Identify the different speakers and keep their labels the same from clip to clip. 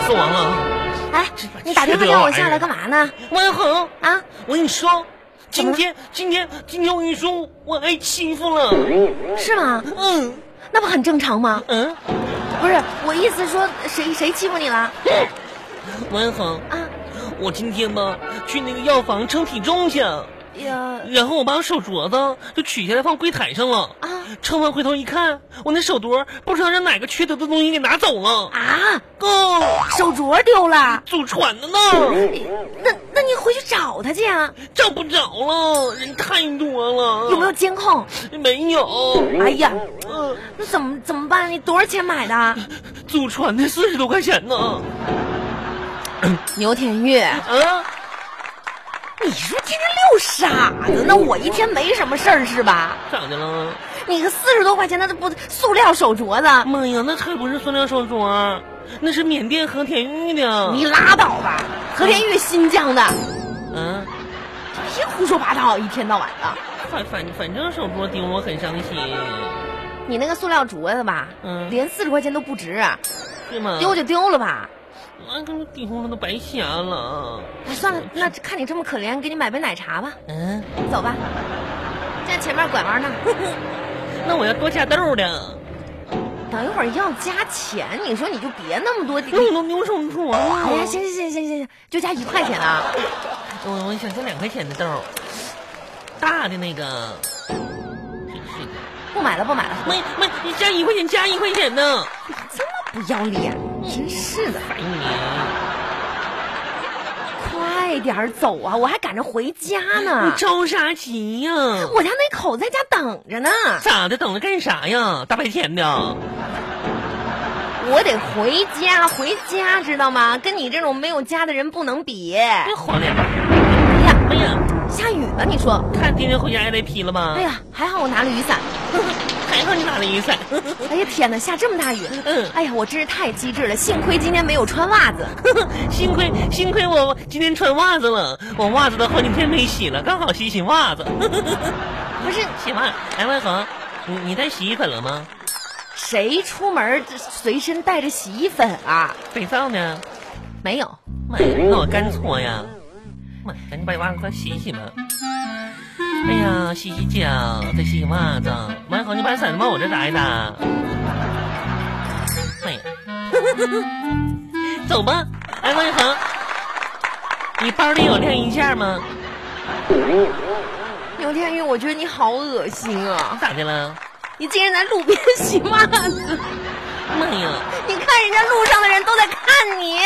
Speaker 1: 说完了。
Speaker 2: 哎，你打电话叫我下来干嘛呢？
Speaker 1: 万恒，
Speaker 2: 啊，
Speaker 1: 我跟你说，
Speaker 2: 怎
Speaker 1: 今
Speaker 2: 么了
Speaker 1: 天今天今天我跟你说，我挨欺负了。
Speaker 2: 是吗？
Speaker 1: 嗯
Speaker 2: 那不很正常吗？
Speaker 1: 嗯，
Speaker 2: 不是，我意思说谁谁欺负你了
Speaker 1: 万恒，
Speaker 2: 啊？
Speaker 1: 我今天吧去那个药房称体重去，
Speaker 2: 呀，
Speaker 1: 然后我把我手镯子就取下来放柜台上了。
Speaker 2: 啊
Speaker 1: 称完回头一看，我那手镯不知道让哪个缺德的东西给拿走了，
Speaker 2: 啊，
Speaker 1: 哥，
Speaker 2: 手镯丢了，
Speaker 1: 祖传的呢，
Speaker 2: 那那你回去找他去啊？
Speaker 1: 找不着了，人太多了。
Speaker 2: 有没有监控？
Speaker 1: 有？没有。
Speaker 2: 哎呀，
Speaker 1: 嗯，
Speaker 2: 那怎么怎么办？你多少钱买的？
Speaker 1: 祖传的四十多块钱呢。
Speaker 2: 牛天玉，
Speaker 1: 啊，
Speaker 2: 你说天天遛傻子呢？我一天没什么事儿是吧？
Speaker 1: 咋的了？
Speaker 2: 你个四十多块钱的不塑料手镯子，
Speaker 1: 妈呀，那才不是塑料手镯儿，那是缅甸和田玉的。
Speaker 2: 你拉倒吧！和田玉新疆的，
Speaker 1: 嗯，
Speaker 2: 别胡说八道，一天到晚的。
Speaker 1: 反反反正手镯丢了，我很伤心，
Speaker 2: 你那个塑料镯子吧，
Speaker 1: 嗯
Speaker 2: 连四十块钱都不值，
Speaker 1: 对吗？
Speaker 2: 丢就丢了吧。
Speaker 1: 那跟丢了都白瞎了。
Speaker 2: 哎，算了，那看你这么可怜，给你买杯奶茶吧，
Speaker 1: 嗯，
Speaker 2: 走吧。站前面 拐弯呢，
Speaker 1: 那我要多下豆的。
Speaker 2: 等一会儿要加钱，你说你就别那么多。你
Speaker 1: 那哎我都丢手镯了。
Speaker 2: 哎呀，行行行行行行，就加一块钱啊。
Speaker 1: 我我想加两块钱的豆儿，大的那个。真是的，
Speaker 2: 不买了，不买了，
Speaker 1: 没没，你加一块钱，加一块钱呢。
Speaker 2: 这么不要脸，真是的！
Speaker 1: 烦你！
Speaker 2: 快点儿走啊，我还赶着回家呢
Speaker 1: 你。着啥急呀？
Speaker 2: 我家那口在家等着呢，
Speaker 1: 咋的？等着干啥呀？大白天的，
Speaker 2: 我得回家，回家知道吗？跟你这种没有家的人不能比。哎
Speaker 1: 真黄脸。
Speaker 2: 呀，
Speaker 1: 哎呀，
Speaker 2: 下雨了，你说？
Speaker 1: 看天天回家挨雷劈了吧？
Speaker 2: 哎呀，还好我拿了雨伞。
Speaker 1: 还好你拿了雨伞。
Speaker 2: 哎呀天哪，下这么大雨！
Speaker 1: 嗯
Speaker 2: 哎呀，我真是太机智了，幸亏今天没有穿袜 子。
Speaker 1: 幸亏幸亏我今天穿袜子了，我袜子都好几天没洗了，刚好洗洗袜子。
Speaker 2: 不是
Speaker 1: 洗袜，哎，万恒，你你带洗衣粉了吗？
Speaker 2: 谁出门随身带着洗衣粉啊？
Speaker 1: 肥皂呢？
Speaker 2: 没有，
Speaker 1: 妈呀，那我干搓呀！妈呀，赶紧把袜子快洗洗吧。哎呀，洗洗脚，再洗洗袜子。万恒，你把伞往我这打一打。哎妈呀， 走吧。哎，万恒，你包里有晾衣架吗？
Speaker 2: 牛天玉，我觉得你好恶心啊！
Speaker 1: 咋的了？
Speaker 2: 你竟然在路边洗袜子，
Speaker 1: 妈呀！
Speaker 2: 你看人家路上的人都在看你。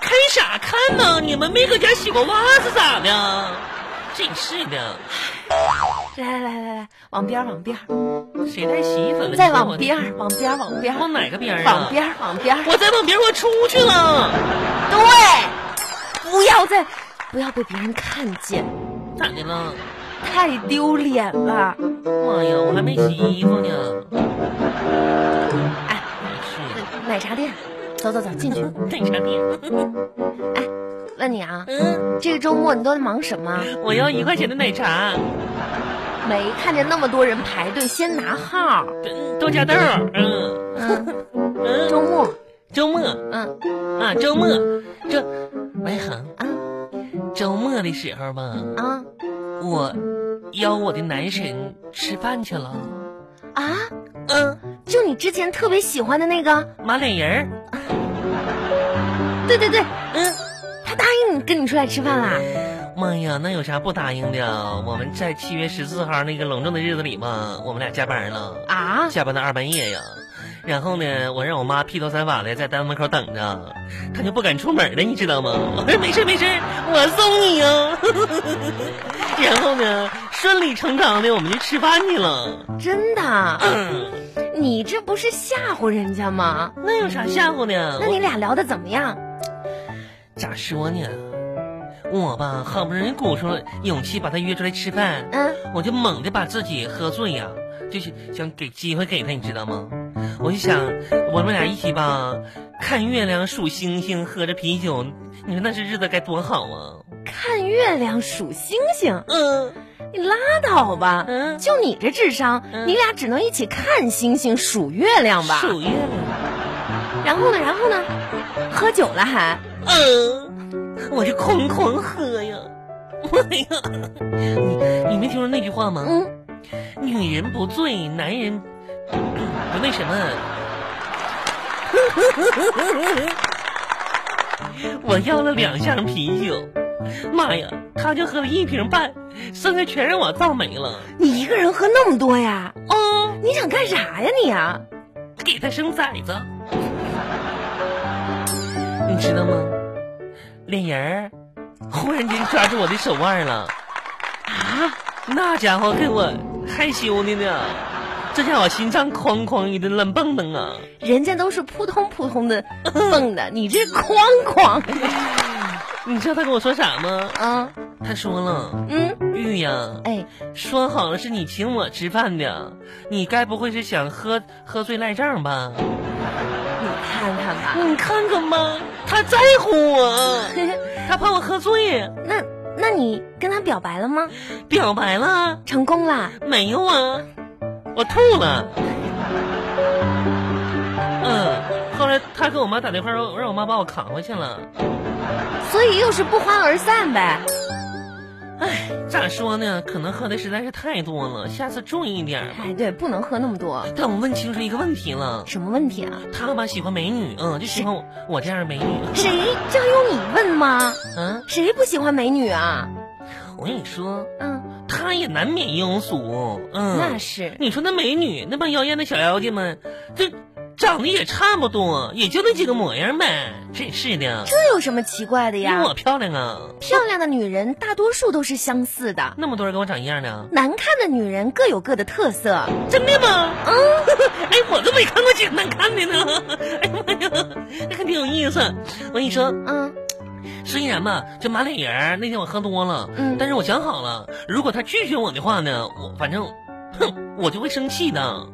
Speaker 1: 看啥看呢？你们没搁家洗过袜子咋的？真是的，
Speaker 2: 来来来来来，往边儿往边儿，嗯
Speaker 1: 谁带洗衣粉了？
Speaker 2: 再往边，儿往边儿往边儿
Speaker 1: 往，哪个边儿啊？
Speaker 2: 往。边儿往边儿。
Speaker 1: 我再往边儿，我出去了。
Speaker 2: 对，不要再，不要被别人看见，
Speaker 1: 咋的了？
Speaker 2: 太丢脸了。
Speaker 1: 妈呀，我还没洗衣服呢。
Speaker 2: 哎，
Speaker 1: 真
Speaker 2: 奶茶店，走走走，进
Speaker 1: 是
Speaker 2: 去。
Speaker 1: 的，奶茶店。
Speaker 2: 问你啊，
Speaker 1: 嗯，
Speaker 2: 这个周末你都在忙什么？
Speaker 1: 我要一块钱的奶茶，
Speaker 2: 没看见那么多人排队，先拿号。
Speaker 1: 嗯豆荚豆儿。嗯
Speaker 2: 嗯，
Speaker 1: 嗯，
Speaker 2: 周末，
Speaker 1: 周末
Speaker 2: 嗯
Speaker 1: 啊，周末，周，喂恒，
Speaker 2: 啊
Speaker 1: 周末的时候吧，
Speaker 2: 啊
Speaker 1: 我邀我的男神吃饭去了。
Speaker 2: 啊！
Speaker 1: 嗯。
Speaker 2: 就你之前特别喜欢的那个，
Speaker 1: 马脸人儿，
Speaker 2: 对对对，
Speaker 1: 嗯，
Speaker 2: 他答应你跟你出来吃饭啊啦。
Speaker 1: 妈呀，那有啥不答应的？我们在七月十四号那个隆重的日子里嘛，我们俩加班了，
Speaker 2: 啊，
Speaker 1: 加班到二半夜呀。然后呢，我让我妈披头散发的在单位门口等着，她就不敢出门了，你知道吗？ 我说没事没事，我送你啊。 然后呢，顺理成章的我们就吃饭去了。
Speaker 2: 真的，
Speaker 1: 嗯，
Speaker 2: 你这不是吓唬人家吗？
Speaker 1: 那有啥吓唬的？
Speaker 2: 那你俩聊的怎么样？
Speaker 1: 咋说呢？我吧，好不容易鼓出勇气把她约出来吃饭，
Speaker 2: 嗯，
Speaker 1: 我就猛地把自己喝醉呀、就是想给机会给他，你知道吗？我就想我们俩一起吧，看月亮、数星星，喝着啤酒，你说那这日子该多好啊！
Speaker 2: 看月亮数星星，
Speaker 1: 嗯
Speaker 2: 你拉倒吧。
Speaker 1: 嗯，
Speaker 2: 就你这智商，
Speaker 1: 嗯
Speaker 2: 你俩只能一起看星星、数月亮吧？
Speaker 1: 数月亮，
Speaker 2: 然后呢，然后呢，喝酒了还，
Speaker 1: 嗯、我是狂狂喝呀。哎呀，你你没听说那句话吗？
Speaker 2: 嗯，
Speaker 1: 女人不醉，男人不不那什么。 我要了两箱啤酒，妈呀，他就喝了一瓶半，剩下全让我造没了。
Speaker 2: 你一个人喝那么多呀？
Speaker 1: 哦，
Speaker 2: 你想干啥呀你啊？
Speaker 1: 给他生崽子，你知道吗？脸人儿忽然间抓住我的手腕了，
Speaker 2: 啊，
Speaker 1: 那家伙给我害羞的呢，这家伙心脏哐哐一顿乱蹦蹦啊！
Speaker 2: 人家都是扑通扑通的 蹦的，你这哐哐
Speaker 1: 你知道他跟我说啥吗？
Speaker 2: 啊，
Speaker 1: 他说了，
Speaker 2: 嗯，
Speaker 1: 玉呀，
Speaker 2: 哎，
Speaker 1: 说好了是你请我吃饭的，你该不会是想喝喝醉赖账吧？
Speaker 2: 你看看吧，
Speaker 1: 你看看吧，他在乎我，他怕我喝醉，
Speaker 2: 那那你跟他表白了吗？
Speaker 1: 表白了
Speaker 2: 成功啦？
Speaker 1: 没有啊？我吐了。嗯，后来他给我妈打电话，让让我妈把我扛回去了。
Speaker 2: 所以又是不欢而散呗。
Speaker 1: 唉，咋说呢？可能喝的实在是太多了，下次注意一点吧。
Speaker 2: 哎，对，不能喝那么多。
Speaker 1: 但我问清楚一个问题了。
Speaker 2: 什么问题啊？
Speaker 1: 他吧喜欢美女，嗯，就喜欢我我这样的美女。
Speaker 2: 谁这还用你问吗？
Speaker 1: 嗯，
Speaker 2: 谁不喜欢美女啊？
Speaker 1: 我跟你说，
Speaker 2: 嗯，
Speaker 1: 他也难免庸俗。嗯，
Speaker 2: 那是。
Speaker 1: 你说那美女那帮妖艳的小妖精们，这长得也差不多，也就那几个模样呗。真是的，
Speaker 2: 这有什么奇怪的
Speaker 1: 比
Speaker 2: 呀
Speaker 1: 我？漂亮啊！
Speaker 2: 漂亮的女人大多数都是相似的，
Speaker 1: 那么多人跟我长一样呢，
Speaker 2: 难看的女人各有各的特色。
Speaker 1: 真的吗？嗯，哎，我都没看过这难看的呢。 哎呀妈呀，那还挺有意思。我跟你说，
Speaker 2: 嗯，
Speaker 1: 虽然吧，这马脸人儿那天我喝多了，
Speaker 2: 嗯
Speaker 1: 但是我想好了，如果他拒绝我的话呢，我反正，哼，我就会生气 的。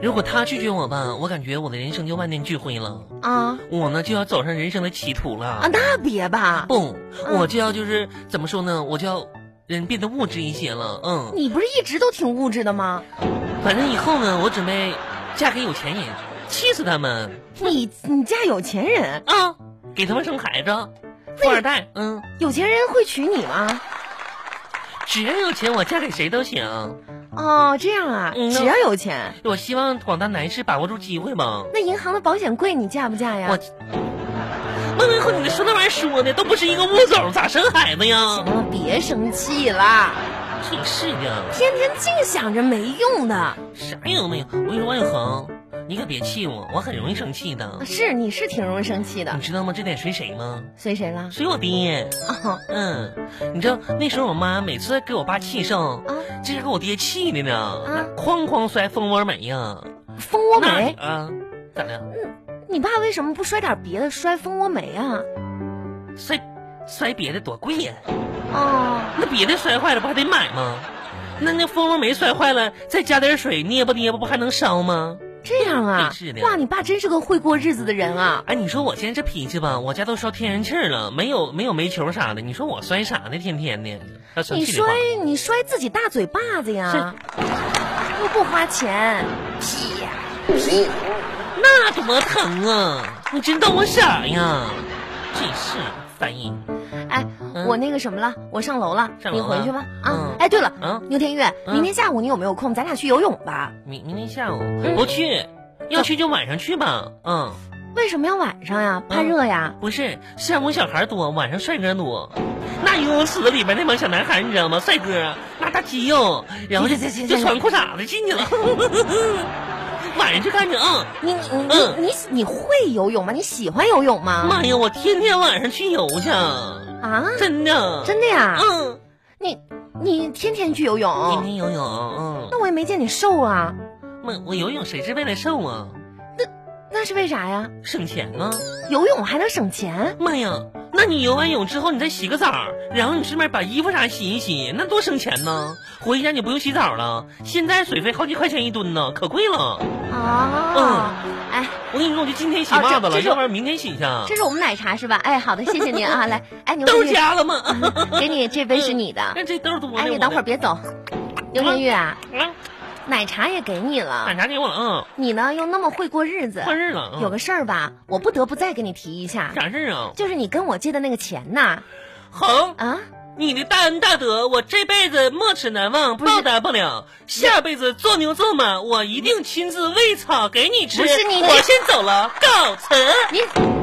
Speaker 1: 如果他拒绝我吧，我感觉我的人生就万念俱灰了，
Speaker 2: 啊
Speaker 1: 我呢就要走上人生的歧途了。
Speaker 2: 啊，那别吧，
Speaker 1: 不，
Speaker 2: 嗯
Speaker 1: 我就要就是怎么说呢，我就要人变得物质一些了。嗯，
Speaker 2: 你不是一直都挺物质的吗？
Speaker 1: 反正以后呢，我准备嫁给有钱人，气死他们
Speaker 2: 你你嫁有钱人，
Speaker 1: 啊，给他们生孩子，富二代。嗯，
Speaker 2: 有钱人会娶你吗？
Speaker 1: 只要有钱，我嫁给谁都行。
Speaker 2: 哦，这样啊，
Speaker 1: 嗯
Speaker 2: 只要有钱，
Speaker 1: 我希望广大男士把握住机会吧。
Speaker 2: 那银行的保险柜你嫁不嫁呀？
Speaker 1: 我，孟文和你说那玩意儿说的都不是一个物种，咋生孩子呀？
Speaker 2: 行了，哦别生气啦，
Speaker 1: 真是的，
Speaker 2: 天天净想着没用的。
Speaker 1: 啥用没有？我跟你说，万恒，你可别气我，我很容易生气的。
Speaker 2: 是，你是挺容易生气的
Speaker 1: 你，知道吗？这点随谁吗？
Speaker 2: 随谁了？
Speaker 1: 随我爹。
Speaker 2: 哦
Speaker 1: 嗯，你知道那时候我妈每次给我爸气盛，
Speaker 2: 啊，
Speaker 1: 这是给我爹气的呢，那哐哐摔蜂窝煤呀。
Speaker 2: 蜂窝
Speaker 1: 那
Speaker 2: 煤，
Speaker 1: 啊，咋的？
Speaker 2: 你爸为什么不摔点别的，摔蜂窝煤啊？
Speaker 1: 摔摔别的多贵呀、
Speaker 2: 哦，
Speaker 1: 那别的摔坏了不还得买吗？那那蜂窝煤摔坏了，再加点水捏吧捏吧，不还能烧吗？
Speaker 2: 这样啊
Speaker 1: 真是的，
Speaker 2: 哇，你爸真是个会过日子的人啊。
Speaker 1: 哎，你说我现在这脾气吧，我家都烧天然气儿了，没有没有煤球啥的，你说我摔啥呢？天天的，要生
Speaker 2: 你
Speaker 1: 气的话
Speaker 2: 摔，你摔自己大嘴巴子呀，又不花钱，屁呀、屁！
Speaker 1: 那多疼啊！你真当我傻呀？真是烦人。
Speaker 2: 哎，
Speaker 1: 嗯
Speaker 2: 我那个什么了，我上楼了，
Speaker 1: 上
Speaker 2: 你
Speaker 1: 楼了
Speaker 2: 回去吧。啊
Speaker 1: 嗯，
Speaker 2: 哎，对了，
Speaker 1: 嗯
Speaker 2: 牛天月，
Speaker 1: 嗯
Speaker 2: 明天下午你有没有空？咱俩去游泳吧。
Speaker 1: 明明天下午
Speaker 2: 嗯
Speaker 1: 不去，要去就晚上去吧。嗯，
Speaker 2: 为什么要晚上呀？怕
Speaker 1: 嗯
Speaker 2: 热呀？
Speaker 1: 不是，下午小孩多，晚上帅哥多。那游泳池里边那帮小男孩，你知道吗？帅哥啊那大肌肉，然后就
Speaker 2: 行行行
Speaker 1: 就
Speaker 2: 行
Speaker 1: 穿裤衩子进去了。 晚上就看着啊，
Speaker 2: 你你
Speaker 1: 嗯
Speaker 2: 你你你会游泳吗？你喜欢游泳吗？
Speaker 1: 妈呀，我天天晚上去游去，
Speaker 2: 啊，
Speaker 1: 真的，
Speaker 2: 真的啊呀？
Speaker 1: 嗯，
Speaker 2: 你你天天去游
Speaker 1: 天
Speaker 2: 泳，
Speaker 1: 天游泳，嗯，
Speaker 2: 那我也没见你瘦啊，
Speaker 1: 我我游泳谁是为了瘦啊？
Speaker 2: 那是为啥呀？
Speaker 1: 省钱啊！
Speaker 2: 游泳还能省钱？
Speaker 1: 妈呀，那你游完泳之后，你再洗个澡，然后你顺便把衣服啥洗一洗，那多省钱呢！回家你不用洗澡了，现在水费好几块钱一吨呢，可贵了。
Speaker 2: 哦，哎，
Speaker 1: 我跟你说，我就今天洗袜子
Speaker 2: 啊这
Speaker 1: 了，
Speaker 2: 这是
Speaker 1: 要不然明天洗去啊。
Speaker 2: 这是我们奶茶是吧？哎，好的，谢谢您啊， 来，哎，牛
Speaker 1: 豆
Speaker 2: 天玉，
Speaker 1: 加了吗？
Speaker 2: 给你这杯是你的，
Speaker 1: 那这豆多的。
Speaker 2: 嗯哎，你
Speaker 1: 我
Speaker 2: 等会儿
Speaker 1: 的
Speaker 2: 别走，牛天玉啊，
Speaker 1: 啊
Speaker 2: 奶茶也给你了
Speaker 1: 奶，茶给我了，
Speaker 2: 你呢又那么嗯会过日子嗯
Speaker 1: 嗯，，换日了，嗯
Speaker 2: 呃有个事儿吧，我不得不再跟你提一下，
Speaker 1: 啥事儿啊？
Speaker 2: 就是你跟我借的那个钱呐，
Speaker 1: 好，
Speaker 2: 啊，
Speaker 1: 你的大恩大德，我这辈子没齿难忘，
Speaker 2: 不是
Speaker 1: 报答不了。下辈子做牛做马，我一定亲自喂草给你吃。
Speaker 2: 不是你
Speaker 1: 我先走了，告辞。
Speaker 2: 你。